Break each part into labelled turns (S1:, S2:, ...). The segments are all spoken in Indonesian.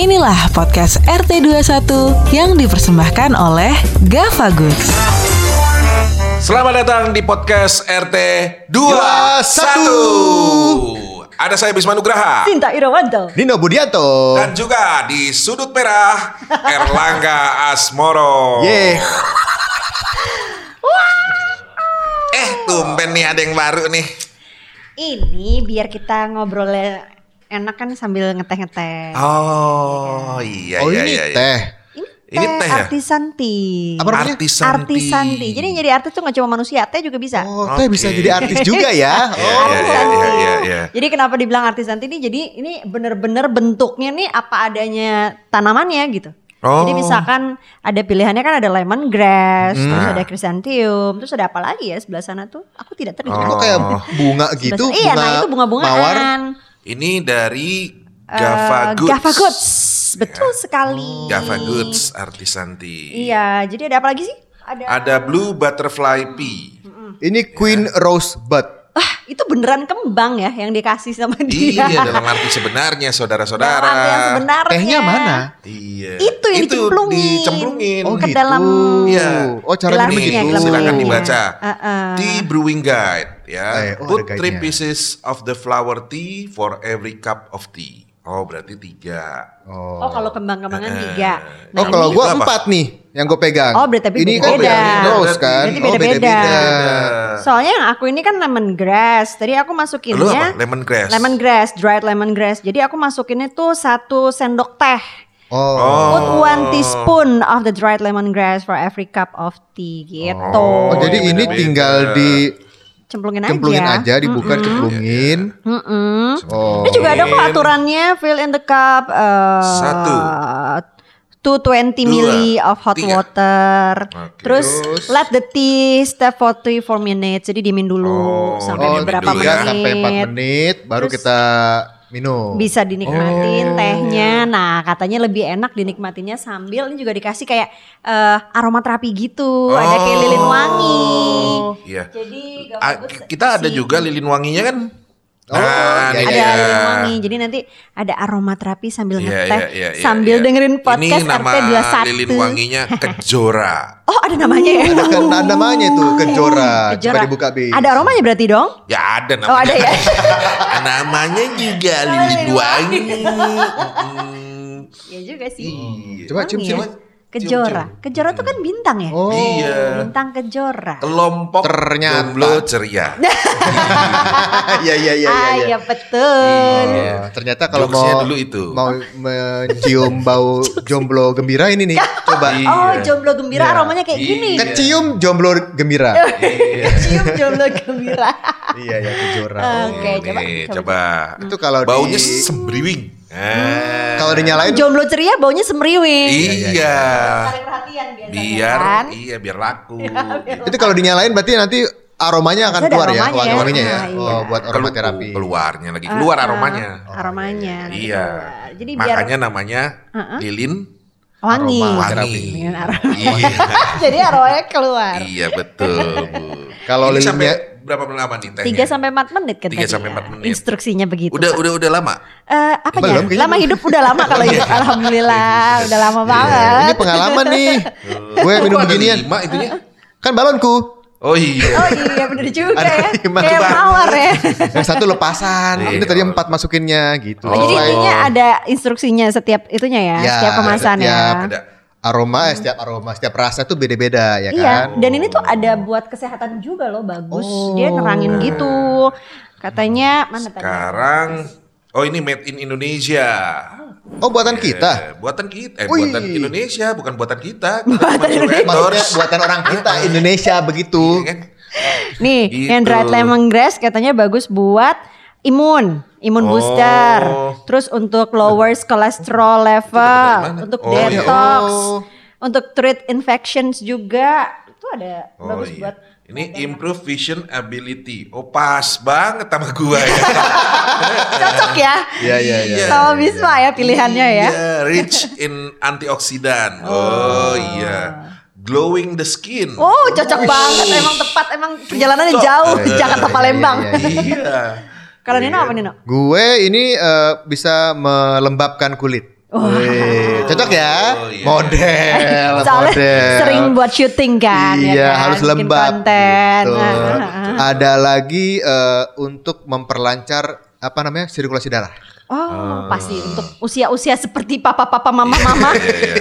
S1: Inilah podcast RT21 yang dipersembahkan oleh Gafagus.
S2: Selamat datang di podcast RT 21. Ada saya Bisma Nugraha
S3: Cinta Irawanto.
S4: Nino Budianto.
S2: dan juga di sudut merah Erlangga Asmoro.
S4: Ye,
S2: Eh, tumben nih ada yang baru nih.
S3: Ini biar kita ngobrolnya enak kan sambil ngeteh-ngeteh.
S4: Ah,
S2: Oh, iya
S4: oh
S2: iya
S4: ini
S2: iya.
S4: teh.
S2: Ini teh ya?
S3: artisan tea.
S4: Apa namanya?
S2: Artisanti.
S3: Artisanti. Jadi yang jadi artis tuh gak cuma manusia, teh juga bisa.
S4: Oh, teh bisa
S2: Oke.
S4: jadi artis juga ya.
S2: Iya,
S4: Oh.
S2: iya, iya, iya, iya, iya.
S3: Jadi kenapa dibilang artisanti ini? Jadi ini bener-bener bentuknya nih apa adanya tanamannya gitu.
S2: Oh.
S3: Jadi misalkan ada pilihannya kan ada lemongrass,
S4: Hmm.
S3: terus
S2: Nah.
S3: ada chrysanthemum, terus ada apa lagi ya sebelah sana tuh? Aku tidak teringat.
S4: Kok Oh, kayak bunga gitu?
S3: Sebelah sana- Iya, nah itu bunga-bungaan.
S4: mawar.
S2: Ini dari
S3: Eh,
S2: Gava Goods.
S3: Gava Goods. Betul sekali.
S2: Gava Oh. Goods Ah. Artisanti.
S3: Iya, jadi ada apa lagi sih? Ada.
S2: Ada Blue Butterfly Pea.
S4: Ini Queen Rosebud.
S3: Ah, itu beneran kembang ya yang dikasih sama
S2: Iya,
S3: dia.
S2: dalam arti sebenarnya saudara-saudara.
S3: Dalam arti yang sebenarnya.
S4: Tehnya mana?
S2: Iya.
S3: Itu yang dicemplungin.
S2: dicemplungin.
S4: Oh
S3: Ke
S4: gitu.
S3: dalam
S2: Iya.
S4: Oh cara
S3: gelasnya,
S2: Nih,
S4: minumnya gitu.
S3: gelasnya. Uh-uh.
S2: silakan dibaca.
S3: Heeh.
S2: Tea Brewing Guide ya.
S4: Eh, oh,
S2: Put
S4: ada
S2: three
S4: guide-nya.
S2: pieces of the flower tea for every cup of tea. Oh, berarti tiga.
S4: Oh.
S3: Oh, kalau kembang-kembangan tiga. Nah,
S4: Oh kalau
S2: ini
S4: gua
S2: apa?
S4: empat nih yang gue pegang.
S3: Oh, berarti tapi
S4: ini kan
S3: beda-beda.
S4: Queen Rose kan.
S3: Berarti
S4: Oh,
S3: beda-beda.
S2: Eh,
S3: Soalnya yang aku ini kan lemongrass. Tadi aku
S2: Lu apa?
S3: masukinnya
S2: Lemongrass.
S3: lemongrass, dried lemongrass. Jadi aku masukinnya tuh satu sendok teh.
S4: Oh.
S3: Put one teaspoon of the dried lemongrass for every cup of tea gitu.
S4: Oh, jadi
S2: Oh,
S4: ini
S2: beda-beda.
S4: tinggal dicemplungin
S3: cemplungin,
S4: aja, dibuka cemplungin.
S3: Mm-mm.
S4: Oh.
S3: Ini juga ada kok aturannya fill in the cup eh
S2: Satu.
S3: 220 mili
S2: Dua.
S3: of hot
S2: Tiga.
S3: water.
S2: Oke.
S3: Terus
S4: Terus.
S3: let the tea step for 3 4 minutes. Jadi dimin dulu
S2: Oh,
S3: sampai
S4: Oh,
S2: dimin
S3: berapa
S2: dulu
S4: tiga
S2: ya.
S3: menit.
S4: sampai 4 menit baru
S3: Terus-
S4: kita minum. Oh.
S3: Bisa dinikmatin tehnya. Nah, katanya lebih enak dinikmatinya sambil ini juga dikasih kayak eh, aromaterapi gitu. Ada kayak lilin wangi.
S2: Oh.
S4: Oh.
S2: Iya.
S3: Jadi
S2: Ah,
S3: gabus
S2: kita ada
S3: kasih-
S2: juga lilin wanginya kan?
S4: Oh, iya,
S2: ini
S3: ada
S2: dia.
S3: lilin wangi. Jadi nanti ada aromaterapi sambil
S2: Iya,
S3: ngeteh,
S2: iya, iya, iya,
S3: sambil
S2: iya.
S3: dengerin podcast
S2: Ini nama
S3: RT21.
S2: lilin wanginya Kejora.
S3: Oh, ada namanya ya.
S4: Ada kan ada namanya tuh kejora.
S3: Kejora.
S4: Coba dibuka bi.
S3: Ada aromanya berarti dong?
S2: Ya ada namanya.
S3: Oh, ada ya.
S2: namanya juga lilin wangi. Mm,
S3: Iya juga sih.
S2: iya.
S4: Hmm. Coba cium
S3: Wangi
S4: cium.
S3: ya. Kejora.
S2: Cium-cium.
S3: Kejora tuh kan bintang ya?
S4: Oh.
S2: Iya.
S3: Bintang kejora.
S2: Kelompok
S4: Ternyata.
S2: jomblo ceria.
S4: Iya iya iya
S3: ah,
S4: iya.
S3: iya betul.
S2: Iya.
S4: Oh, ternyata kalau
S2: Jokesnya
S4: mau
S2: dulu itu.
S4: mau mencium bau jomblo gembira ini nih. Coba
S2: Iya.
S3: Oh, jomblo
S4: Iya.
S3: gembira aromanya kayak gini.
S4: kecium jomblo gembira.
S2: Iya.
S3: Kecium jomblo gembira.
S4: iya ya kejora.
S3: Oke,
S2: Nih,
S3: coba.
S2: coba.
S4: Itu kalau di- Hmm.
S2: baunya sembriwing. Eh,
S4: Kalau dinyalain
S3: Jomblo ceria baunya semriwing.
S2: iya.
S3: Tarik perhatian biasanya
S2: Biar
S3: kan.
S2: iya biar laku.
S4: itu kalau dinyalain berarti nanti aromanya akan
S3: Itu ada
S4: keluar ya,
S3: aromanya ya.
S4: wangi-wanginya ya.
S3: Ah, iya.
S4: Oh, buat
S2: Keluar-
S4: aromaterapi.
S2: Keluarnya lagi keluar
S3: Ah,
S2: aromanya.
S3: ah, aromanya. nanti
S2: Iya.
S3: keluar. gitu. Jadi biar
S2: Makanya namanya lilin
S3: wangi.
S2: wangi.
S3: Dengan aroma.
S2: Iya.
S3: Jadi aromanya keluar.
S2: Iya betul. Bu.
S4: Kalau
S2: Ini
S4: lilinnya-
S2: sampai berapa lama nih tehnya?
S3: 3 sampai 4 menit kan
S2: Iya. Tiga
S3: tadi
S2: sampai
S3: ya.
S2: empat menit.
S3: Instruksinya begitu.
S2: Udah
S3: Pak.
S2: udah udah lama.
S3: Eh, apa ya?
S4: Belum, kayaknya
S3: Lama hidup udah lama kalau
S2: Iya.
S3: hidup alhamdulillah udah lama banget.
S4: Iya. Ini pengalaman nih. Gue
S2: Kok
S4: minum
S2: ada
S4: beginian.
S2: Lima itunya.
S4: Kan balonku.
S2: Oh iya.
S3: Oh iya bener juga
S4: Ada
S3: ya.
S4: lima
S3: Kayak
S4: banget.
S3: mawar ya.
S4: Yang satu lepasan.
S2: Iya.
S4: Ini tadi empat masukinnya gitu.
S2: Oh.
S3: Jadi
S4: Sesuai-
S3: intinya ada instruksinya setiap itunya ya,
S4: Ya, kan?
S3: setiap kemasan
S4: setiap
S3: ya.
S2: Ada.
S4: aroma eh, setiap aroma setiap rasa tuh beda-beda ya
S3: Iya,
S4: kan
S3: dan ini tuh ada buat kesehatan juga loh, bagus.
S4: Oh.
S3: Dia nerangin gitu. Katanya mana tadi?
S2: Sekarang Oh ini made in Indonesia.
S4: oh buatan
S2: Eh,
S4: kita
S2: buatan kita, eh,
S4: Wih.
S2: buatan Indonesia, bukan buatan kita. Kita cuma
S4: maksudnya
S2: curators.
S4: buatan orang kita Indonesia begitu
S2: Iya kan?
S3: Nih,
S2: Gitu.
S3: yang dried lemongrass katanya bagus buat imun, imun booster.
S2: Oh.
S3: Terus untuk lowers cholesterol level,
S2: dari mana?
S3: untuk
S2: Oh, iya.
S3: detox,
S4: Oh.
S3: untuk treat infections juga. Itu ada
S2: Oh
S3: bagus
S2: iya.
S3: buat
S2: Ini improve vision ability. Oh pas banget sama gua ya.
S3: cocok ya.
S4: Iya, iya,
S2: iya.
S3: Sama Bisma ya pilihannya ya.
S2: Iya, rich in antioksidan. Oh, iya. Glowing the skin.
S3: Oh, cocok banget. Emang tepat, emang perjalanannya jauh di Jakarta Palembang.
S2: Iya.
S3: Kalau Nino apa Nino?
S4: gue ini eh, bisa melembabkan kulit Wih, cocok ya?
S2: Oh, iya.
S4: Model,
S3: Soalnya
S4: model.
S3: sering buat syuting kan ya
S4: Iya,
S3: kan?
S4: harus
S3: Bikin
S4: lembab.
S3: konten.
S4: gitu.
S3: Ah, ah, ah.
S4: Ada lagi eh, untuk memperlancar apa namanya sirkulasi darah. Eh,
S3: Oh, pasti untuk usia-usia seperti papa-papa, mama-mama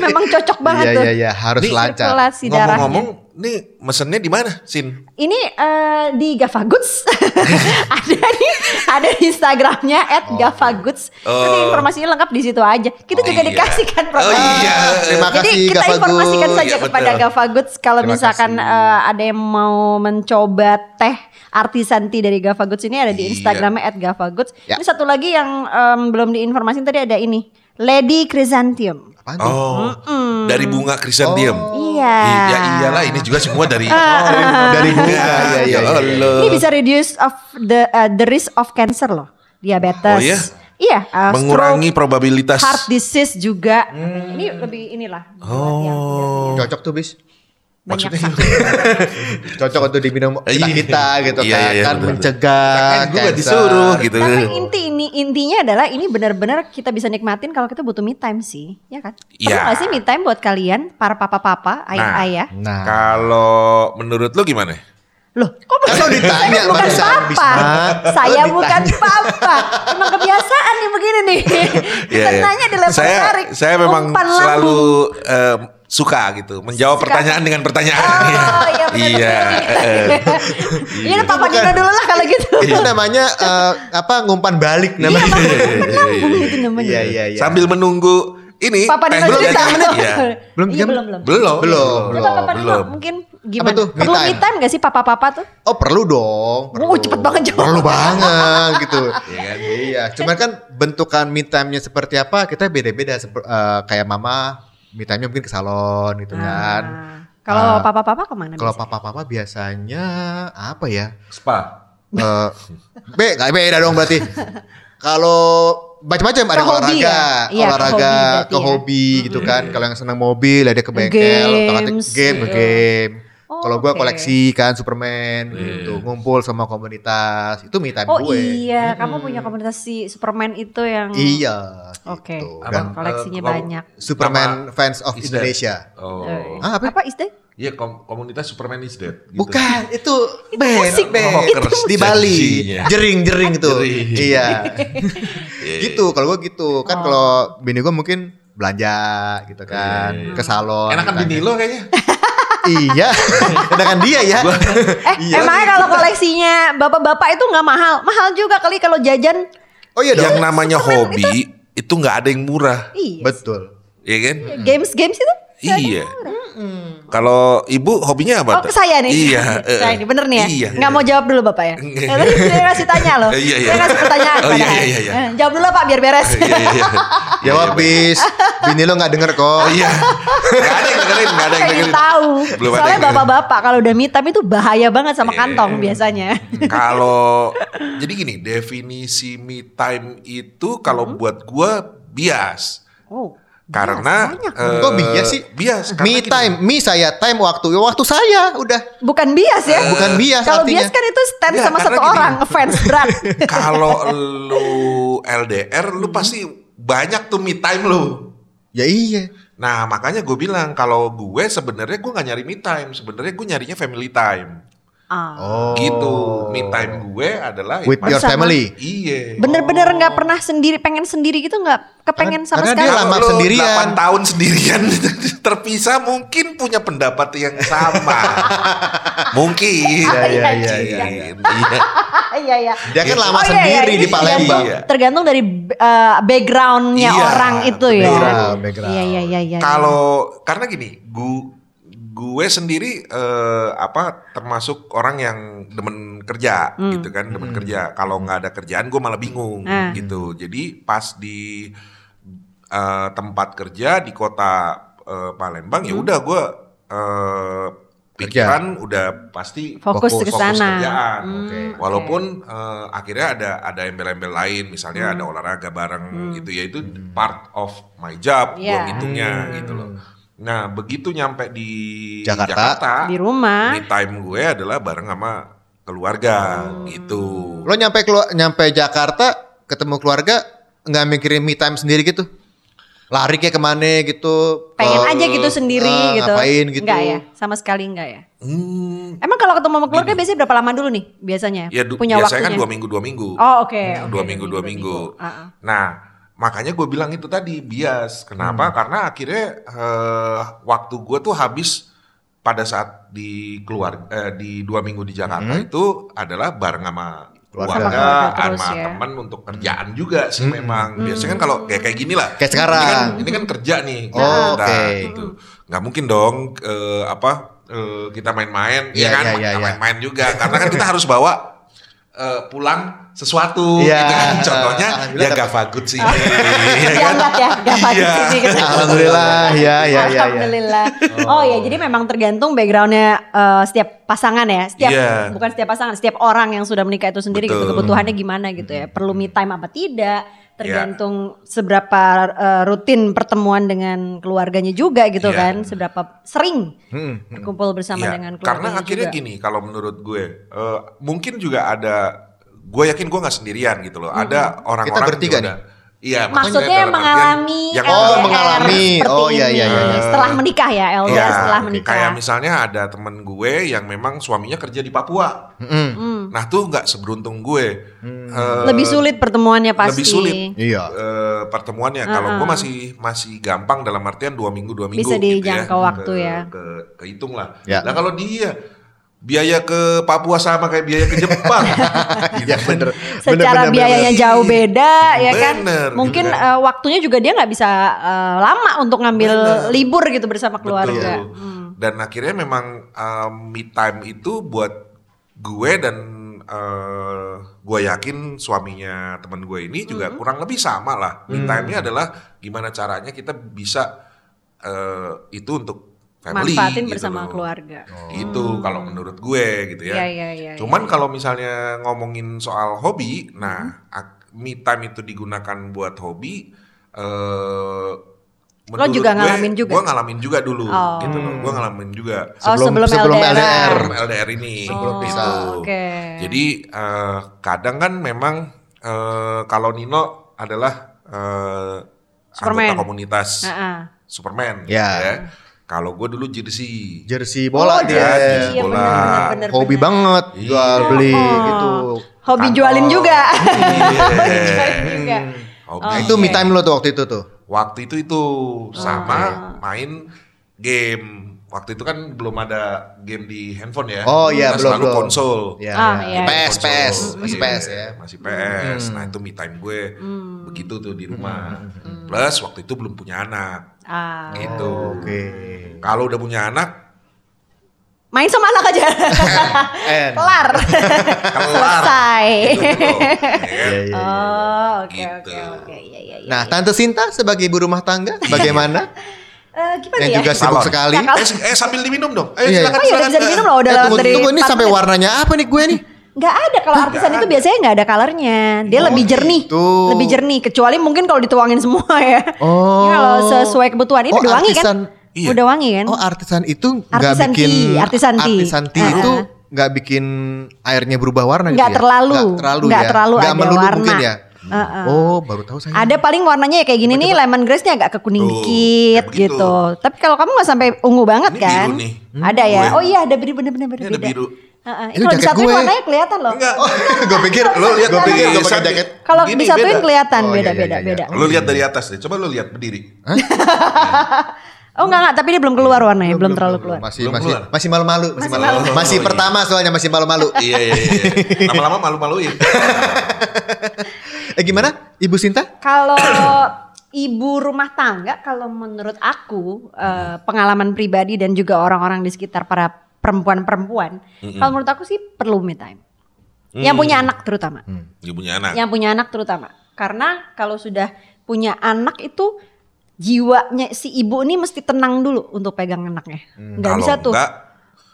S3: memang cocok banget
S4: Iya
S3: tuh.
S4: iya iya harus lancar.
S3: Sirkulasi darahnya.
S2: Ngomong-ngomong, nih mesennya di mana, Sin?
S3: Ini eh, di Gava Goods ada di ada di Instagramnya @gavagoods. Nanti
S2: Oh.
S3: informasinya lengkap di situ aja. Kita
S2: Oh,
S3: juga
S2: iya.
S3: dikasih kan
S2: Oh iya.
S4: Terima
S3: Jadi
S4: kasih,
S3: kita
S4: Gava
S3: informasikan
S4: Goods.
S3: saja
S2: Iya,
S3: kepada
S2: betul.
S3: Gava Goods kalau
S4: Terima
S3: misalkan
S4: kasih.
S3: eh, ada yang mau mencoba teh artisanti dari Gava Goods ini ada
S2: Iya.
S3: di Instagramnya @gavagoods.
S4: Ya.
S3: Ini satu lagi yang em, belum diinformasikan tadi ada ini Lady Chrysanthemum.
S4: Apaan tuh?
S2: Oh, dari bunga krisantiem.
S3: Iya. Ah.
S2: Iya iyalah ini juga semua dari
S4: Dari bunga. Iya, iya, iya, iya.
S2: Allah.
S3: Ini bisa reduce of the eh, the risk of cancer loh, diabetes.
S2: Oh, iya?
S3: Iya, eh,
S2: mengurangi
S3: stroke,
S2: probabilitas.
S3: heart disease juga.
S4: Hmm.
S3: Ini lebih inilah.
S2: Oh.
S4: Cocok tuh bis.
S3: Banyak
S2: Maksudnya
S4: Cocok untuk diminum kita
S2: Iya.
S4: kita gitu
S2: Iya,
S4: kan,
S2: iya,
S4: kan
S2: betul.
S4: mencegah
S2: Kan gue
S4: cancer.
S2: disuruh gitu.
S3: Tapi inti ini intinya adalah ini benar-benar kita bisa nikmatin kalau kita butuh me time sih, ya kan? Perlu
S2: Iya.
S3: nggak sih me time buat kalian para papa-papa, ayah-ayah?
S4: Nah,
S2: Kalau menurut lu gimana?
S3: Loh, kok
S4: Kan lo ditanya
S3: saya bukan
S4: barusan,
S3: papa.
S4: Bisma.
S3: Saya
S4: Lo
S3: bukan papa. Emang kebiasaan nih begini nih.
S2: Iya,
S3: Kita
S2: iya.
S3: nanya di level
S2: saya,
S3: tarik.
S2: Saya memang
S3: Umpan
S2: selalu
S3: lambung.
S2: eh, suka gitu menjawab
S3: Suka.
S2: pertanyaan dengan pertanyaan.
S3: Oh, iya benar.
S2: iya. eh, eh.
S3: Iya, papa Dino dulu lah kalau gitu.
S4: itu
S2: Iya.
S4: namanya eh, apa ngumpan balik namanya.
S3: Nyambung itu namanya.
S4: Iya iya iya.
S2: Sambil menunggu ini
S3: Papa
S2: teh
S3: Dino
S2: belum
S3: cerita.
S2: ya, Kak?
S3: Belum.
S2: Iya.
S4: Belum
S3: Iya,
S4: jam?
S3: belum belum.
S2: Belum.
S4: Belum,
S3: Coba Papa Dino
S2: belum.
S3: mungkin gimana?
S4: tuh? Me
S3: Perlu
S4: time?
S3: me time gak sih papa-papa tuh?
S4: Oh perlu dong. Perlu.
S3: Oh, cepet banget jawab.
S4: Perlu banget gitu.
S2: Iya kan?
S4: iya. Cuman kan bentukan me time-nya seperti apa kita beda-beda. Seper- eh, kayak mama me time-nya mungkin ke salon gitu kan.
S3: Ah.
S4: Ah.
S3: Kalau papa-papa kemana?
S4: Kalau
S3: biasanya?
S4: papa-papa biasanya apa ya?
S2: Spa.
S4: Eh, be, gak beda dong berarti. Kalau macam-macam ada
S3: Ke hobi
S4: olahraga,
S3: ya? Iya, ke
S4: olahraga
S3: hobi
S4: ke hobi,
S3: berarti ya.
S4: gitu kan. Kalau yang senang mobil ada ke bengkel, otomatis
S3: Games,
S4: game,
S3: gitu.
S4: game.
S3: Oh,
S4: Kalau gua
S3: oke.
S4: koleksi kan
S2: Iya.
S4: Superman gitu, ngumpul sama komunitas. Itu me time
S3: Oh
S4: gue.
S3: iya, kamu punya komunitas si Superman itu yang
S4: Iya.
S3: Oke.
S4: gitu.
S2: Apa?
S4: Dan
S2: eh,
S3: koleksinya
S2: kalau-
S3: banyak. Iya,
S4: Superman fans of
S2: Is that-
S4: Indonesia.
S2: Oh.
S4: Ah, apa?
S3: Eh, apa is that?
S2: Iya kom- komunitas Superman is dead. gitu.
S4: Bukan, itu band,
S3: musik.
S4: band.
S2: Itu musik.
S4: di Bali.
S2: Janjinya.
S4: Jering-jering tuh.
S2: iya. Jering.
S4: Iya.
S2: Iya, iya.
S4: gitu, kalau gue gitu.
S3: Oh.
S4: Kan kalau bini gue mungkin belanja gitu kan,
S2: Iya.
S4: ke salon.
S2: Enakan
S4: kan.
S2: bini lo kayaknya.
S4: Iya. Enakan dia ya.
S3: Eh,
S4: Iya.
S3: emangnya kalau koleksinya bapak-bapak itu nggak mahal? Mahal juga kali kalau jajan.
S4: Oh iya
S2: Yang
S4: dong.
S2: namanya hobi itu nggak ada yang murah,
S3: Iya.
S4: Betul.
S2: ya kan?
S3: Games games itu?
S2: Iya. Kalau ibu hobinya apa?
S3: Oh, ke saya nih.
S2: Iya. eh,
S3: saya ini bener nih ya.
S2: Iya.
S3: Nggak mau jawab dulu bapak ya.
S2: Iya.
S3: Eh, Tadi saya kasih tanya loh.
S2: Iya, iya.
S3: Saya kasih pertanyaan
S2: Oh, iya,
S3: padahal.
S2: iya, iya.
S3: Eh, Jawab dulu pak biar beres.
S2: Iya, iya, iya.
S4: Jawab bis. Bini lo nggak denger kok.
S2: Oh iya. Gak ada yang dengerin, gak ada yang
S3: Pengen
S2: dengerin.
S3: tahu.
S2: Belum ada
S3: Soalnya
S2: yang-
S3: bapak-bapak kalau udah meet time itu bahaya banget sama
S2: Iya.
S3: kantong biasanya.
S2: Kalau jadi gini, definisi me time itu kalau
S3: Mm-hmm.
S2: buat gua bias.
S3: Oh.
S2: Karena
S3: banyak.
S2: eh,
S4: Kok bias sih?
S2: Bias. karena
S4: Me
S2: gini.
S4: time, me saya time waktu, waktu saya udah.
S3: Bukan bias ya?
S4: Bukan bias
S3: Kalau
S4: artinya.
S3: bias kan itu stand
S2: Nggak,
S3: sama
S2: Eh, Iya, karena
S3: satu
S2: gini.
S3: orang, fans berat.
S2: Kalau lu LDR, lu pasti banyak tuh me time lu.
S4: Ya iya.
S2: Nah makanya gue bilang kalau gue sebenarnya gue nggak nyari me time, sebenarnya gue nyarinya family time.
S3: Ah.
S4: Oh.
S2: Gitu, me time gue adalah
S4: With your
S3: Bersama.
S4: family.
S2: Iya.
S3: Bener-bener nggak pernah sendiri, pengen sendiri gitu nggak kepengen sama
S4: karena dia
S3: sekali.
S2: Kalau
S4: lama
S2: lu
S4: sendirian.
S2: 8 tahun sendirian terpisah mungkin punya pendapat yang sama. mungkin.
S4: Iya, iya, iya,
S2: Iya.
S4: iya,
S3: Iya iya.
S4: Dia kan lama
S3: Oh, iya, iya,
S4: sendiri
S3: ini
S4: di Palembang.
S2: Iya.
S3: Tergantung dari eh, backgroundnya
S2: Iya,
S3: orang itu ya.
S4: background, background.
S3: Iya iya iya. iya.
S2: Kalau karena gini, gue gue sendiri eh, apa termasuk orang yang demen kerja gitu kan, demen kerja. Kalau nggak ada kerjaan gue malah bingung
S3: Hmm. Ah.
S2: gitu. Jadi pas di eh, tempat kerja di kota eh, Palembang
S3: Hmm.
S2: ya udah gue eh, pikiran udah pasti
S3: fokus,
S4: Fokus,
S3: ke sana.
S2: kerjaan.
S3: Hmm,
S4: Oke.
S3: oke.
S2: Walaupun eh, akhirnya ada ada embel-embel lain,
S3: Hmm.
S2: misalnya ada olahraga bareng gitu ya itu part of my job gua
S3: Yeah.
S2: ngitungnya
S3: Hmm.
S2: gitu loh. Nah, begitu nyampe di
S4: Jakarta.
S3: di rumah.
S2: me time gue adalah bareng sama keluarga gitu.
S4: Lo nyampe kelu- nyampe Jakarta ketemu keluarga nggak mikirin me time sendiri gitu? lari kayak kemana gitu.
S3: Pengen
S4: Eh,
S3: aja gitu sendiri
S4: eh,
S3: gitu.
S4: Ngapain gitu.
S3: Enggak ya, sama sekali enggak ya.
S2: Hmm,
S3: Emang kalau ketemu sama keluarga biasanya berapa lama dulu nih biasanya?
S2: ya du-
S3: punya
S2: biasanya
S3: waktunya.
S2: kan dua Iya, minggu dua minggu.
S3: Oh oke. oke.
S2: Dua minggu, dua minggu.
S3: Ah, ah.
S2: Nah, makanya gue bilang itu tadi bias. Kenapa?
S4: Hmm.
S2: Karena akhirnya eh, waktu gue tuh habis pada saat di keluar eh, di dua minggu di Jakarta itu adalah bareng sama
S4: Hmm. Keluarga.
S2: keluarga,
S3: Sama keluarga terus
S2: sama
S3: ya.
S2: teman untuk kerjaan juga sih
S4: Hmm.
S2: memang. Biasanya kan kalau kayak kayak gini lah.
S4: Kayak sekarang.
S2: Ini kan, ini kan kerja nih.
S4: Oh, oke.
S2: gitu. Nggak mungkin dong eh, apa eh, kita main-main,
S4: Iya,
S2: ya kan?
S4: iya, iya,
S2: Nggak
S4: iya.
S2: Main-main juga karena kan kita harus bawa eh, pulang sesuatu
S4: Iya.
S2: gitu kan. Contohnya
S4: Alhamdulillah
S2: ya
S4: dapet.
S2: Gava Goods ini. Iya kan?
S3: Diangkat ya, dapat
S2: Iya.
S3: sedikit.
S4: Alhamdulillah ya
S2: Ah,
S4: ya ya. ya.
S3: Alhamdulillah. Oh ya, jadi memang tergantung backgroundnya eh, setiap pasangan ya, setiap
S2: Iya.
S3: bukan setiap pasangan, setiap orang yang sudah menikah itu sendiri gitu
S2: Betul.
S3: kebutuhannya gimana gitu ya, perlu me time apa tidak,
S2: Iya.
S3: tergantung seberapa eh, rutin pertemuan dengan keluarganya juga gitu
S2: Iya.
S3: kan, seberapa sering
S4: Hmm.
S3: berkumpul bersama
S2: Iya,
S3: dengan keluarganya
S2: karena akhirnya
S3: juga.
S2: gini kalau menurut gue eh, mungkin juga ada gue yakin gue nggak sendirian gitu loh ada orang-orang
S4: Kita bertiga
S2: yang
S4: nih?
S2: udah- iya
S3: Maksudnya
S2: dalam artian
S3: mengalami
S2: yang
S4: Oh,
S3: LDR
S4: mengalami.
S3: seperti
S4: Oh, iya,
S3: ini.
S4: iya,
S2: iya.
S3: Setelah menikah ya LDR
S2: Iya,
S3: setelah
S4: oke.
S3: menikah.
S2: kayak misalnya ada temen gue yang memang suaminya kerja di Papua
S4: Mm-mm.
S3: Hmm.
S2: nah tuh nggak seberuntung gue
S4: Hmm.
S2: Eh,
S3: Lebih sulit pertemuannya pasti.
S2: lebih sulit.
S4: Iya.
S2: eh, pertemuannya
S3: Ah,
S2: kalau gue masih masih gampang dalam artian dua minggu dua minggu
S3: Bisa
S2: gitu
S3: dijangkau waktu
S2: Ke-
S3: ya.
S2: ke kehitung lah
S4: Ya.
S2: nah kalau dia biaya ke Papua sama kayak biaya ke Jepang Gitu.
S4: Ya bener.
S3: Secara
S4: Bener, bener,
S3: biayanya
S4: bener.
S3: jauh beda ya kan.
S2: Bener, gitu
S3: Mungkin
S2: kan.
S3: eh, waktunya juga dia nggak bisa eh, lama untuk ngambil
S2: Bener.
S3: libur gitu bersama keluarga. Hmm.
S2: Betul. Dan akhirnya memang um, me time itu buat gue dan eh, gue yakin suaminya teman gue ini juga
S3: Hmm.
S2: kurang lebih sama lah. Me time-nya adalah gimana caranya kita bisa eh, itu untuk family
S3: Manfaatin
S2: gitu
S3: bersama
S2: loh.
S3: keluarga.
S2: Gitu kalau menurut gue gitu ya.
S3: Iya iya iya.
S2: Cuman kalau misalnya ngomongin soal hobi, nah
S3: Mm-hmm.
S2: ak- me time itu digunakan buat hobi eh
S3: Lo
S2: menurut
S3: juga
S2: gue-
S3: ngalamin juga?
S2: Gue ngalamin juga dulu
S3: Oh.
S2: gitu loh. Gue ngalamin juga
S3: Oh, sebelum
S4: sebelum
S3: LDR.
S4: LDR.
S2: sebelum LDR ini
S4: Sebelum
S2: gitu.
S4: pisah.
S3: Oke.
S2: Jadi eh, kadang kan memang eh, kalau Nino adalah eh,
S3: Superman.
S2: anggota komunitas
S3: Heeh.
S2: Superman gitu
S4: Ya.
S2: Kalau gue dulu jersey.
S4: Jersey bola
S3: Oh,
S4: dia.
S3: jersey, iya,
S2: bola.
S3: bener, bener, bener,
S4: Hobi
S3: bener.
S4: banget
S2: Iya.
S4: jual beli
S3: Oh.
S4: gitu.
S3: Hobi
S2: Kantor.
S3: jualin juga. Hobi
S2: Iya.
S3: jualin juga.
S4: Hmm.
S2: Hobi.
S3: Oh,
S4: Nah, Itu
S3: oke. Ah,
S4: me time lo tuh waktu itu tuh.
S2: Waktu itu itu sama main game. Waktu itu kan belum ada game di handphone ya.
S4: Oh iya
S2: Kita
S4: belum
S2: selalu
S4: belum.
S2: konsol. Nah,
S4: Iya.
S3: Ah,
S4: iya.
S3: iya.
S4: PS
S2: Konsol.
S4: PS masih
S2: Iya,
S4: PS ya.
S2: Masih PS. Nah, itu me time gue.
S3: Hmm.
S2: Begitu tuh
S4: Hmm.
S2: di rumah. Plus waktu itu belum punya anak.
S3: Ah.
S2: Gitu.
S4: Oke.
S2: Kalau udah punya anak,
S3: Main sama anak aja.
S4: And
S3: Kelar. Selesai.
S2: kan gitu loh. Ya kan? Gitu.
S4: Iya, iya, iya.
S3: Oh, oke oke oke. Iya iya iya.
S4: Nah, Tante Sinta sebagai ibu rumah tangga bagaimana?
S3: Eh, gimana
S4: Yang
S3: ya?
S4: juga sibuk
S2: Salon.
S4: sekali.
S3: Kakak-
S2: Eh, s- eh, sambil diminum dong. Ayo
S4: Iya, iya.
S2: silakan.
S3: Oh iya udah bisa
S2: silakan.
S3: diminum loh,
S4: Eh,
S3: udah lewat
S4: tunggu,
S3: dari
S4: tunggu ini
S3: empat
S4: sampai
S3: menit.
S4: warnanya apa nih gue nih?
S3: Nggak ada kalau artisan itu biasanya nggak ada colornya. Dia lebih jernih,
S4: gitu.
S3: lebih jernih. Kecuali mungkin kalau dituangin semua ya.
S4: Oh.
S3: Ya, kalau sesuai kebutuhan
S4: Oh,
S3: ini udah wangi kan?
S4: artisan.
S2: Iya.
S3: Udah wangi kan?
S4: Oh, artisan itu nggak
S3: Artisan
S4: bikin
S3: tea, artisan tea.
S4: artisan tea
S3: Ah.
S4: itu nggak bikin airnya berubah warna
S3: Nggak
S4: gitu ya?
S3: terlalu,
S4: Nggak terlalu
S3: nggak
S4: ya.
S3: terlalu
S4: Nggak
S3: ada
S4: melulu
S3: warna.
S4: mungkin ya.
S3: Heeh.
S4: Oh, baru tahu saya.
S3: Ada paling warnanya ya kayak gini nih lemon grassnya agak kekuning
S2: Tuh,
S3: dikit
S2: kayak begitu.
S3: gitu. Tapi kalau kamu nggak sampai ungu banget
S2: Ini biru
S3: kan?
S2: nih.
S3: Ada ya?
S2: Gue.
S3: Oh iya ada biru bener-bener
S2: Ini
S3: berbeda.
S2: ada biru.
S3: Heeh. Ini
S4: Ini
S3: kalau
S4: jaket
S3: disatuin
S4: gue.
S3: warnanya kelihatan loh.
S2: Enggak.
S4: gue pikir lo lihat
S2: Oh. Gua
S4: gue pikir
S2: pikir
S4: gue pakai
S2: sambil-
S4: jaket.
S3: Kalau
S2: Gini
S3: disatuin
S2: beda.
S3: kelihatan
S4: Oh, iya, iya,
S3: beda-beda
S4: iya,
S3: beda.
S4: iya.
S2: Lu lihat dari atas deh. Coba lu lihat berdiri.
S3: Oh enggak enggak, tapi dia belum keluar warnanya, belum, terlalu keluar.
S4: Masih
S2: Belum
S4: masih
S2: keluar.
S4: masih malu-malu, masih malu-malu.
S2: malu-malu.
S4: Masih
S2: Oh, iya.
S4: pertama soalnya masih malu-malu.
S2: iya iya iya. Lama-lama malu-maluin.
S4: eh gimana? Ibu Sinta?
S3: Kalau ibu rumah tangga, kalau menurut aku
S2: Hmm.
S3: eh, pengalaman pribadi dan juga orang-orang di sekitar para perempuan-perempuan,
S2: Hmm.
S3: kalau menurut aku sih perlu me time. Yang punya anak terutama,
S2: Dia punya anak.
S3: yang punya anak terutama, karena kalau sudah punya anak itu jiwanya si ibu ini mesti tenang dulu untuk pegang anaknya, nggak
S2: Hmm. Kalau
S3: bisa tuh.
S2: enggak,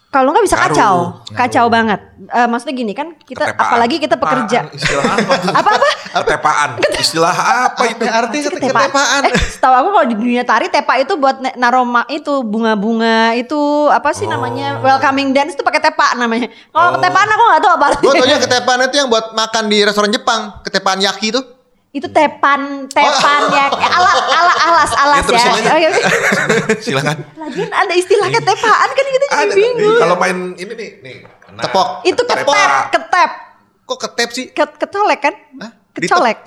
S3: Kalau nggak bisa
S2: Ngaruh.
S3: kacau, kacau banget. Eh, maksudnya gini kan kita,
S2: ketepaan.
S3: apalagi kita pekerja.
S2: Apaan? Istilah apa? tuh?
S3: Apa-apa?
S2: Ketepaan. Istilah apa itu?
S4: artinya
S3: Tepa. Eh, setahu aku kalau di dunia tari tepa itu buat ne- naro ma- itu bunga-bunga itu apa sih namanya
S2: Oh.
S3: welcoming dance itu pakai tepa namanya. Kalau ketepaan aku nggak tahu apa
S4: Gue
S3: artinya.
S4: taunya ketepaan itu yang buat makan di restoran Jepang, ketepaan yaki tuh.
S3: Itu tepan, tepan ya,
S2: Oh.
S3: kayak ala, ala alas,
S2: Ya,
S3: alas ya.
S2: terusin aja.
S3: Oke, oke.
S2: Silakan.
S3: Lagian ada istilah ketepaan kan kita jadi
S2: Ada.
S3: bingung.
S2: Kalau main ini nih, nih. Nah,
S4: Tepok.
S3: Itu ketep,
S2: Tepak.
S3: ketep,
S4: Kok ketep sih?
S3: Ke- kecolek kan?
S4: Hah?
S3: Kecolek.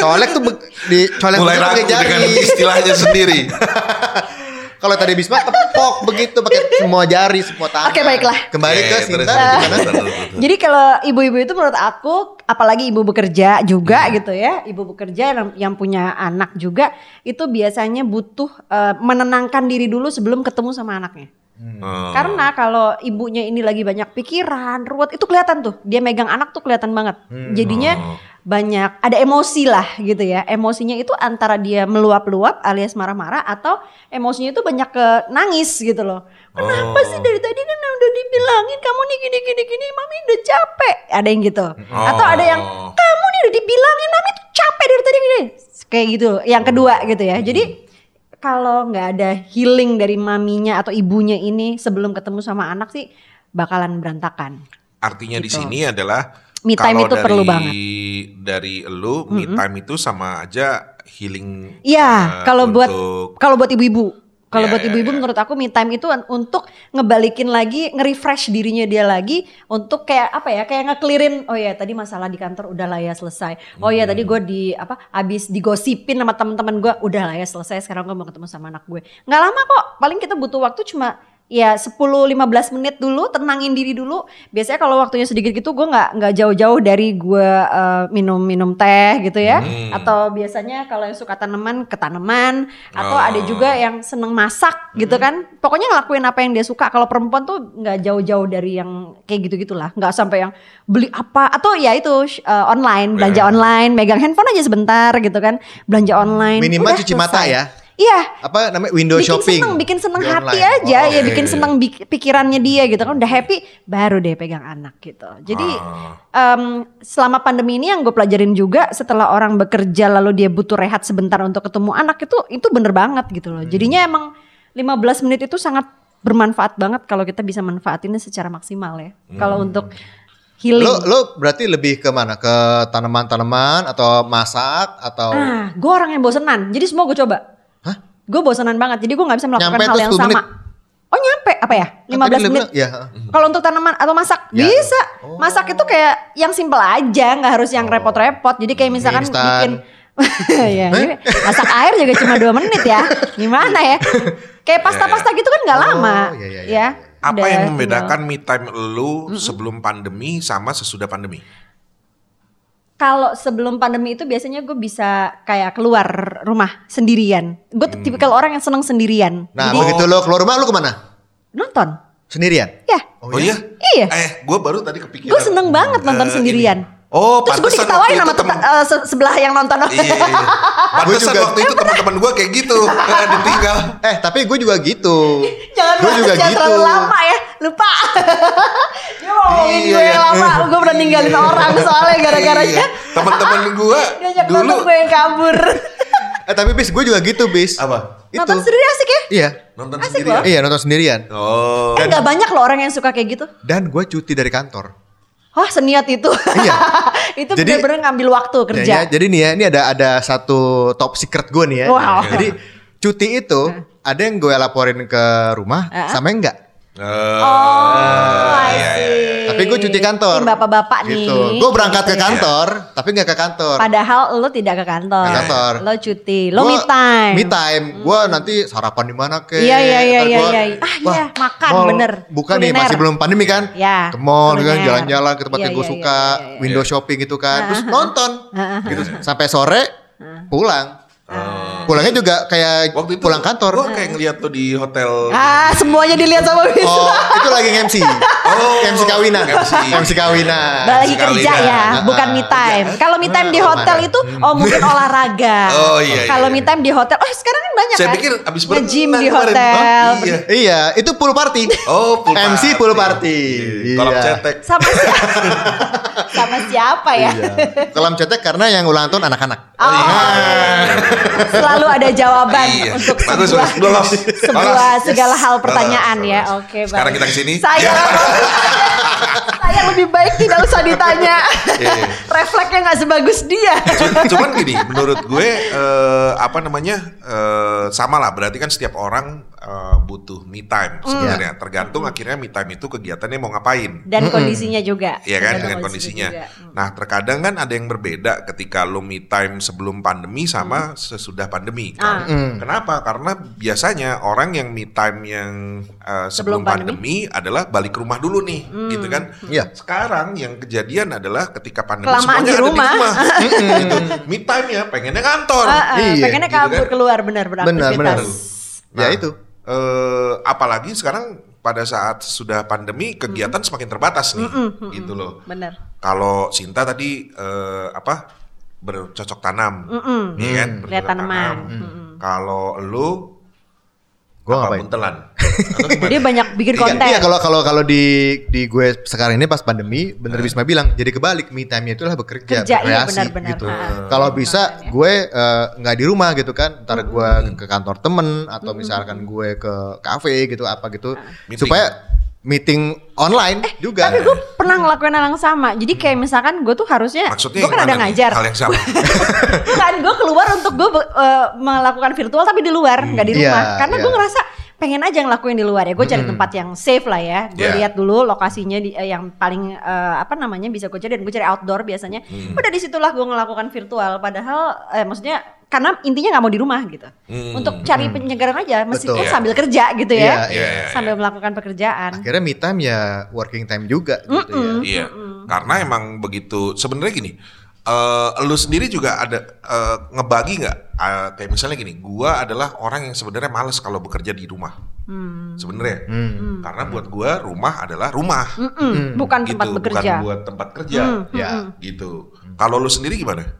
S4: Colek tuh be- di colek
S2: Mulai
S4: begitu
S2: ragu
S4: pakai jari.
S2: dengan istilahnya sendiri.
S4: Kalau tadi Bisma tepok begitu pakai semua jari, semua tangan.
S3: Oke, baiklah.
S4: Kembali
S2: Oke,
S4: ke
S2: terus,
S4: Sinta
S2: terus,
S4: gimana?
S2: terus, terus, terus.
S3: Jadi kalau ibu-ibu itu menurut aku, apalagi ibu bekerja juga gitu ya, ibu bekerja yang, yang punya anak juga, itu biasanya butuh eh, menenangkan diri dulu sebelum ketemu sama anaknya.
S2: Hmm.
S3: Karena kalau ibunya ini lagi banyak pikiran, ruwet, itu kelihatan tuh, dia megang anak tuh kelihatan banget. Jadinya
S2: Oh.
S3: banyak ada emosi lah gitu ya. Emosinya itu antara dia meluap-luap alias marah-marah atau emosinya itu banyak ke nangis gitu loh. Kenapa
S2: Oh.
S3: sih dari tadi kan udah dibilangin kamu nih gini gini gini mami udah capek. Ada yang gitu. Atau ada yang
S2: Oh.
S3: kamu nih udah dibilangin mami tuh capek dari tadi gini. Kayak gitu.
S2: Hmm.
S3: Yang kedua gitu ya. Jadi kalau nggak ada healing dari maminya atau ibunya ini sebelum ketemu sama anak sih bakalan berantakan.
S2: Artinya di
S3: Gitu.
S2: sini adalah
S3: Me time
S2: kalau
S3: itu perlu
S2: dari-
S3: banget.
S2: Dari elu me time itu sama aja healing. eh,
S3: Iya, kalau buat
S2: untuk-
S3: kalau buat ibu-ibu. Kalau
S2: Iya,
S3: buat
S2: iya,
S3: ibu-ibu
S2: iya.
S3: menurut aku me time itu an- untuk ngebalikin lagi, nge-refresh dirinya dia lagi untuk kayak apa ya, kayak ngeklirin, oh ya tadi masalah di kantor udah lah ya selesai. Oh ya
S2: Hmm.
S3: tadi gue di apa habis digosipin sama teman-teman gue udah lah ya selesai. Sekarang gue mau ketemu sama anak gue. Nggak lama kok, paling kita butuh waktu cuma ya 10-15 menit dulu tenangin diri dulu biasanya kalau waktunya sedikit gitu gue nggak nggak jauh-jauh dari gue eh, minum-minum teh gitu ya
S2: Hmm.
S3: atau biasanya kalau yang suka tanaman ke tanaman atau
S2: Oh.
S3: ada juga yang seneng masak gitu kan
S4: Mm-hmm.
S3: pokoknya ngelakuin apa yang dia suka kalau perempuan tuh nggak jauh-jauh dari yang kayak gitu gitulah nggak sampai yang beli apa atau ya itu sh- eh,
S4: Oh,
S3: online belanja
S4: iya.
S2: Ya.
S3: online megang handphone aja sebentar gitu kan belanja online
S4: Minimal
S3: Udah
S4: cuci mata
S3: selesai.
S4: ya.
S3: iya
S4: Apa namanya window
S3: bikin
S4: shopping?
S3: seneng bikin seneng
S4: Di
S3: hati
S4: online.
S3: aja
S4: Oh,
S3: ya
S4: oke.
S3: bikin seneng bik- pikirannya dia gitu kan udah happy baru deh pegang anak gitu jadi
S2: Ah.
S3: Em, selama pandemi ini yang gue pelajarin juga setelah orang bekerja lalu dia butuh rehat sebentar untuk ketemu anak itu itu bener banget gitu loh.
S4: Hmm.
S3: Jadinya emang 15 menit itu sangat bermanfaat banget kalau kita bisa manfaatinnya secara maksimal ya. Kalau untuk healing.
S4: Hmm. Lo lo berarti lebih ke mana? Ke tanaman-tanaman atau masak atau
S3: Ah, gue orang yang bosenan. Jadi semua gue coba.
S4: Hah?
S3: Gue bosenan banget. Jadi gue nggak bisa melakukan
S4: Nyampe
S3: hal
S4: tuh
S3: yang
S4: 10
S3: sama.
S4: menit.
S3: Oh nyampe apa ya?
S4: Kan tadi
S3: 15
S4: lo
S3: menit.
S4: bilang- Ya.
S2: Mm-hmm.
S3: Kalau untuk tanaman atau masak
S4: Ya.
S3: bisa.
S4: Oh.
S3: Masak itu kayak yang simple aja, nggak harus
S2: Oh.
S3: yang repot-repot. Jadi kayak misalkan
S4: Mie instan.
S3: bikin ya, jadi masak air juga cuma dua menit ya. Gimana ya? Kayak pasta-pasta
S2: ya.
S3: gitu kan nggak
S4: Oh,
S3: lama.
S4: iya, iya, iya,
S3: ya.
S2: Apa yang
S3: udah tinggal.
S2: membedakan me time lu sebelum pandemi sama sesudah pandemi?
S3: Kalau sebelum pandemi itu biasanya gue bisa kayak keluar rumah sendirian. Gue
S2: Hmm.
S3: tuh tipikal orang yang seneng sendirian.
S4: Nah,
S3: Jadi
S4: begitu lo keluar rumah lo kemana?
S3: nonton.
S4: Sendirian.
S3: Ya.
S2: Oh, iya?
S3: Iya.
S2: Eh, gue baru tadi kepikiran.
S3: Gue seneng banget nonton
S2: Eh, ini.
S3: sendirian.
S2: Oh,
S3: Terus gue
S2: pantesan
S3: diketawain
S2: waktu
S3: sama
S2: itu
S3: teta-
S2: tem-
S3: eh, se- sebelah yang nonton.
S2: Iya, iya, iya. Pantesan
S4: juga.
S2: waktu itu teman-teman gue kayak gitu, eh, ditinggal.
S4: Eh, tapi gue juga gitu.
S3: Jangan
S4: Gue
S3: bahas,
S4: juga
S3: jangan
S4: gitu.
S3: terlalu lama ya, lupa. Dia mau ngomongin
S4: Iya,
S3: gue yang
S4: iya.
S3: lama, gue pernah ninggalin orang soalnya Oh, gara-gara
S2: Iya.
S3: dia
S2: Teman-teman gue
S3: diajak
S2: dulu
S3: nonton gue yang kabur.
S4: Eh, tapi bis gue juga gitu, bis.
S2: Apa?
S4: Itu.
S3: Nonton sendiri asik ya?
S4: Iya.
S2: nonton
S3: Asik
S2: sendirian.
S4: Iya, nonton sendirian. Iya.
S2: Oh.
S3: Eh gak banyak loh orang yang suka kayak gitu.
S4: Dan gue cuti dari kantor.
S3: Wah seniat itu.
S4: Iya.
S3: itu
S4: Jadi-
S3: bener-bener ngambil waktu Oh, kerja.
S4: Ya, ya, jadi nih ya, ini ada ada satu top secret gue nih ya.
S3: Wow. Hmm.
S4: Jadi cuti itu ada yang gue laporin ke rumah sama yang enggak.
S2: Eh,
S3: Oh,
S4: Ah,
S3: I
S2: iya, iya, iya.
S3: see.
S4: Tapi gue cuti kantor.
S3: Eh, Ini Bapak-bapak nih. Iya.
S4: Gitu. Gue berangkat ke kantor, tapi nggak ke kantor.
S3: Padahal lo tidak ke kantor.
S4: Ke kantor.
S3: Lo cuti, lo
S4: Gua-
S3: me time. Hmm.
S4: Me time. Gue nanti sarapan di mana ke?
S3: Iya, iya, iya,
S4: Ntar
S3: iya,
S4: gua,
S3: iya. Ah,
S4: wah,
S3: iya, makan,
S4: mall
S3: bener.
S4: Bukan nih
S3: Kuliner.
S4: masih belum pandemi kan?
S3: Ya,
S4: Ke mall gitu kan,
S3: kuliner.
S4: jalan-jalan ke tempat
S3: Iya,
S4: yang gue
S3: iya,
S4: suka,
S3: iya, iya,
S4: window shopping gitu kan, terus nonton. Gitu sampai sore pulang.
S2: eh.
S4: Pulangnya juga kayak
S2: Waktu itu Oh.
S4: pulang kantor.
S2: Gue kayak ngeliat tuh di hotel.
S3: Ah, semuanya dilihat sama Wisnu.
S4: Oh, itu lagi MC.
S2: Oh,
S4: MC kawinan.
S2: MC.
S4: MC kawinan.
S3: Balik lagi
S2: Ah, Sekali
S3: kerja
S2: dah.
S3: ya, bukan me time. Kalau me time di hotel itu oh mungkin olahraga.
S2: Oh, iya, iya,
S3: Kalau
S2: iya.
S3: me time di hotel, oh sekarang kan banyak
S2: Saya
S3: kan.
S2: pikir abis berenang
S3: nge-gym di
S2: kemarin.
S3: hotel.
S2: Oh, iya.
S4: Iya, itu pool party.
S2: Oh, pool
S4: MC
S2: party.
S4: pool party.
S2: Iya. Kolam
S4: Iya.
S2: cetek.
S3: Sama siapa? sama siapa ya?
S2: Iya.
S4: Kolam cetek karena yang ulang tahun anak-anak.
S3: Oh, selalu ada jawaban
S2: Iya.
S3: untuk
S2: Bagus,
S3: sebuah,
S2: bagus. Lolos.
S3: sebuah
S2: Lolos.
S3: segala
S2: Yes.
S3: hal pertanyaan
S2: Lolos,
S3: ya.
S2: lolos.
S3: Oke,
S2: Sekarang Iya. Ya.
S3: baik.
S2: kita kesini.
S3: Saya Saya lebih baik tidak usah ditanya.
S2: Iya.
S3: Refleksnya nggak sebagus dia.
S2: Cu- Cuman gini, menurut gue eh, apa namanya eh, sama lah. Berarti kan setiap orang eh, butuh me time
S4: Iya.
S3: Hmm.
S2: sebenarnya. Tergantung akhirnya me time itu kegiatannya mau ngapain.
S3: Dan kondisinya juga.
S2: Iya kan
S3: Dan
S2: dengan kondisinya.
S3: kondisinya juga. hmm.
S2: Nah terkadang kan ada yang berbeda ketika lo me time sebelum pandemi sama sesudah pandemi.
S3: Hmm.
S2: kan?
S3: Ah.
S4: Hmm.
S2: Kenapa? Karena biasanya orang yang me time yang eh, sebelum,
S3: Sebelum Hmm.
S2: pandemi. adalah balik rumah dulu nih, gitu kan.
S4: Iya.
S2: Sekarang yang kejadian adalah ketika pandemi
S3: Kelamaan
S2: semuanya
S3: di rumah.
S2: ada di rumah. gitu. Me time ya pengennya kantor.
S3: Ah, ah,
S4: Iya,
S3: pengennya
S2: gitu
S3: kabur
S2: kan.
S3: keluar benar-benar
S4: Benar, benar. Ya
S2: Nah,
S4: itu.
S2: eh, apalagi sekarang pada saat sudah pandemi kegiatan
S3: Hmm.
S2: semakin terbatas nih, gitu loh.
S3: Benar.
S2: Kalau Sinta tadi eh, apa bercocok tanam,
S3: Mm-mm.
S2: ya kan?
S3: Hmm.
S2: Bercocok
S3: Lihat tanaman.
S2: tanam. Kalau lu
S4: Gua
S2: apa,
S4: ngapain?
S2: Buntelan.
S3: Dia banyak bikin
S2: Iya,
S3: konten.
S4: Iya kalau kalau kalau di di gue sekarang ini pas pandemi bener Bisma bilang jadi kebalik me time-nya itulah bekerja,
S3: Kerja, iya,
S4: berkreasi
S3: benar-benar.
S4: gitu.
S3: Ah.
S4: Kalau bisa gue eh, nggak di rumah gitu kan, ntar gue
S3: Mm-hmm.
S4: ke kantor temen atau misalkan gue ke kafe gitu apa gitu
S2: Meeting.
S4: supaya meeting online juga.
S3: Ah. Eh, Tapi gue pernah ngelakuin hal yang sama. Jadi kayak misalkan gue tuh harusnya,
S2: Hmm. Maksudnya
S3: gue kan
S2: gimana
S3: ada
S2: nih?
S3: ngajar.
S2: Hal yang sama.
S3: Bukan, gue keluar untuk gue be- eh, melakukan virtual tapi di luar,
S2: Hmm.
S3: nggak di
S4: Iya,
S3: rumah. Karena gue
S4: iya.
S3: ngerasa pengen aja ngelakuin di luar ya. Gue cari tempat yang safe lah ya.
S2: Hmm.
S3: Gue
S2: Iya.
S3: lihat dulu lokasinya di, eh, yang paling eh, apa namanya bisa gue cari dan gue cari outdoor biasanya.
S2: Hmm.
S3: Udah disitulah gue ngelakukan virtual. Padahal eh, maksudnya karena intinya nggak mau di rumah gitu.
S2: Hmm.
S3: Untuk cari penyegaran aja, meskipun
S2: Betul.
S3: sambil kerja gitu
S4: Iya,
S3: ya,
S2: iya, iya.
S3: sambil melakukan pekerjaan.
S4: Akhirnya me time ya working time juga gitu ya.
S2: Iya, karena emang begitu. Sebenarnya gini, eh lu sendiri juga ada eh, ngebagi nggak? Eh, kayak misalnya gini, gua adalah orang yang sebenarnya males kalau bekerja di rumah.
S3: Hmm.
S2: Sebenarnya, karena buat gua rumah adalah rumah,
S3: Mm-mm, Mm. bukan
S2: gitu,
S3: tempat bekerja. Mm.
S2: bukan buat tempat kerja,
S4: Ya.
S2: gitu. Kalau lu sendiri gimana?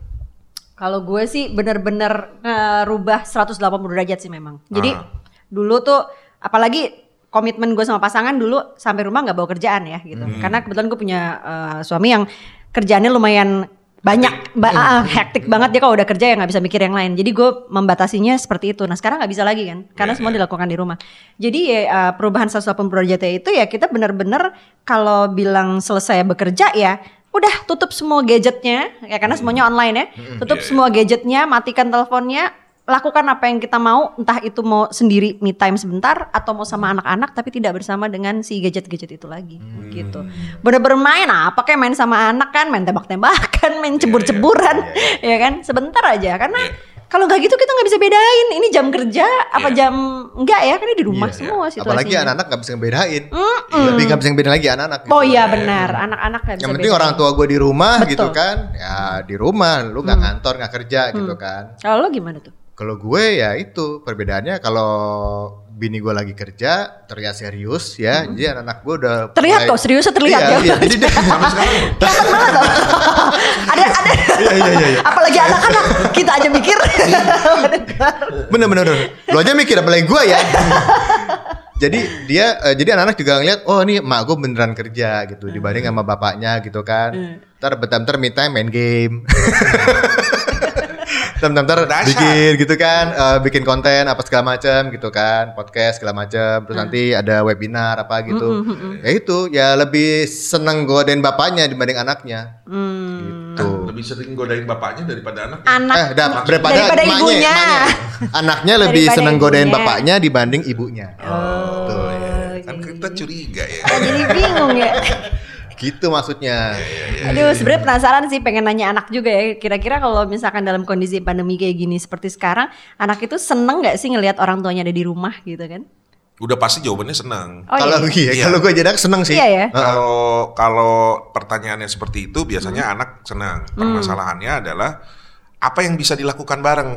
S3: Kalau gue sih bener-bener eh, rubah 180 derajat sih memang. Jadi dulu tuh apalagi komitmen gue sama pasangan dulu sampai rumah nggak bawa kerjaan ya gitu. Karena kebetulan gue punya eh, suami yang kerjaannya lumayan banyak, ba- ah, hektik banget dia kalau udah kerja ya nggak bisa mikir yang lain. Jadi gue membatasinya seperti itu. Nah sekarang nggak bisa lagi kan, karena semua dilakukan di rumah. Jadi ya, eh, perubahan 180 derajat itu ya kita bener-bener kalau bilang selesai bekerja ya udah tutup semua gadgetnya ya karena semuanya online ya tutup semua gadgetnya matikan teleponnya lakukan apa yang kita mau entah itu mau sendiri me time sebentar atau mau sama anak-anak tapi tidak bersama dengan si gadget-gadget itu lagi
S4: Hmm.
S3: gitu bener-bener main apa kayak main sama anak kan main
S4: Iya,
S3: tembak-tembakan main cebur-ceburan ya kan sebentar aja karena
S4: Iya.
S3: kalau nggak gitu kita nggak bisa bedain ini jam kerja apa jam enggak ya kan ini di rumah semua situasinya
S4: Iya, Apalagi anak-anak nggak bisa ngebedain. Lebih nggak bisa ngebedain lagi anak-anak. gitu.
S3: oh iya benar anak-anak nggak bisa
S4: Yang penting
S3: bedain.
S4: orang tua gue di rumah
S3: Betul.
S4: gitu kan, ya di rumah, lu nggak kantor nggak kerja gitu
S3: Mm.
S4: kan.
S3: kalau lo gimana tuh
S4: Kalau gue ya itu perbedaannya kalau bini gue lagi kerja terlihat serius ya, jadi anak-anak gue udah
S3: Terlihat
S4: mulai-
S3: kok, seriusnya terlihat
S4: iya,
S3: ya.
S4: Iya, jadi dia sama sekali.
S3: ada ada
S4: Iya,
S3: apalagi anak-anak kita aja mikir
S4: Bener bener. bener. Lu aja mikir apalagi gue ya. jadi dia eh, jadi anak-anak juga ngeliat oh ini emak gue beneran kerja gitu
S3: Hmm.
S4: dibanding sama bapaknya gitu kan. Ntar bentar-bentar me time main game. bentar-bentar
S2: Dasar.
S4: bikin gitu kan eh, bikin konten apa segala macam gitu kan podcast segala macam terus
S3: Hmm.
S4: nanti ada webinar apa gitu ya itu ya lebih seneng godain bapaknya dibanding anaknya
S3: Hmm.
S2: Kan lebih sering godain bapaknya daripada anak.
S3: anak
S4: eh dah, daripada,
S3: daripada
S4: emaknya,
S3: ibunya.
S4: emaknya. anaknya lebih
S3: Daripada
S4: seneng godain
S3: ibunya.
S4: bapaknya dibanding ibunya
S2: Oh, iya. Kan kita curiga ya.
S3: jadi bingung ya
S4: gitu maksudnya
S3: aduh sebenarnya penasaran sih pengen nanya anak juga ya kira-kira kalau misalkan dalam kondisi pandemi kayak gini seperti sekarang anak itu seneng nggak sih ngelihat orang tuanya ada di rumah gitu kan
S2: Udah pasti jawabannya senang.
S3: oh
S4: kalau
S3: iya
S4: iya,
S2: Iya.
S4: kalau gue jadi anak seneng sih
S3: Iya ya.
S2: Kalau kalau pertanyaannya seperti itu biasanya anak senang. Permasalahannya adalah apa yang bisa dilakukan bareng.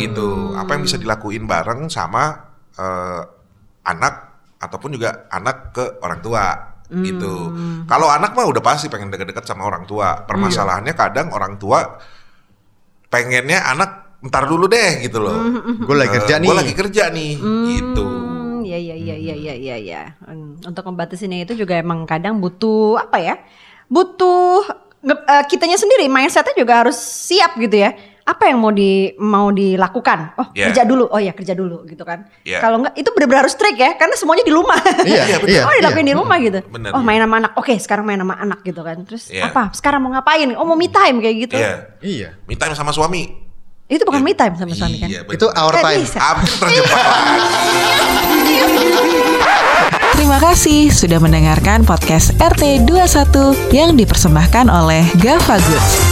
S2: Gitu. Apa yang bisa dilakuin bareng sama eh, anak ataupun juga anak ke orang tua gitu. Kalau anak mah udah pasti pengen deket-deket sama orang tua. Permasalahannya kadang orang tua pengennya anak ntar dulu deh gitu loh.
S4: gue lagi kerja nih
S2: Gue lagi kerja nih gitu.
S3: Hmm, ya ya ya ya ya ya ya. Hmm, Untuk membatasinya itu juga emang kadang butuh apa ya? Butuh nge- eh, kitanya sendiri mindsetnya juga harus siap gitu ya. apa yang mau di mau dilakukan? Oh,
S2: Yeah.
S3: kerja dulu. Oh iya, kerja dulu gitu kan.
S2: Yeah.
S3: Kalau enggak itu benar-benar harus strict ya, karena semuanya di rumah.
S4: Iya,
S2: Iya, betul.
S4: iya.
S3: oh, dilakuin
S4: iya.
S3: di rumah gitu.
S2: Bener,
S3: oh,
S2: iya.
S3: main sama anak. Oke, sekarang main sama anak gitu kan. Terus
S2: Iya.
S3: apa? Sekarang mau ngapain? Oh, mau me time kayak gitu.
S2: Iya.
S4: Iya.
S2: Me time sama suami.
S3: Itu bukan me time sama suami kan. Iya,
S2: Iya, bener.
S4: Itu our
S3: Nggak
S4: time.
S3: bisa.
S2: Hampir terjebak lagi.
S1: Terima kasih sudah mendengarkan podcast RT21 yang dipersembahkan oleh Gava Goods.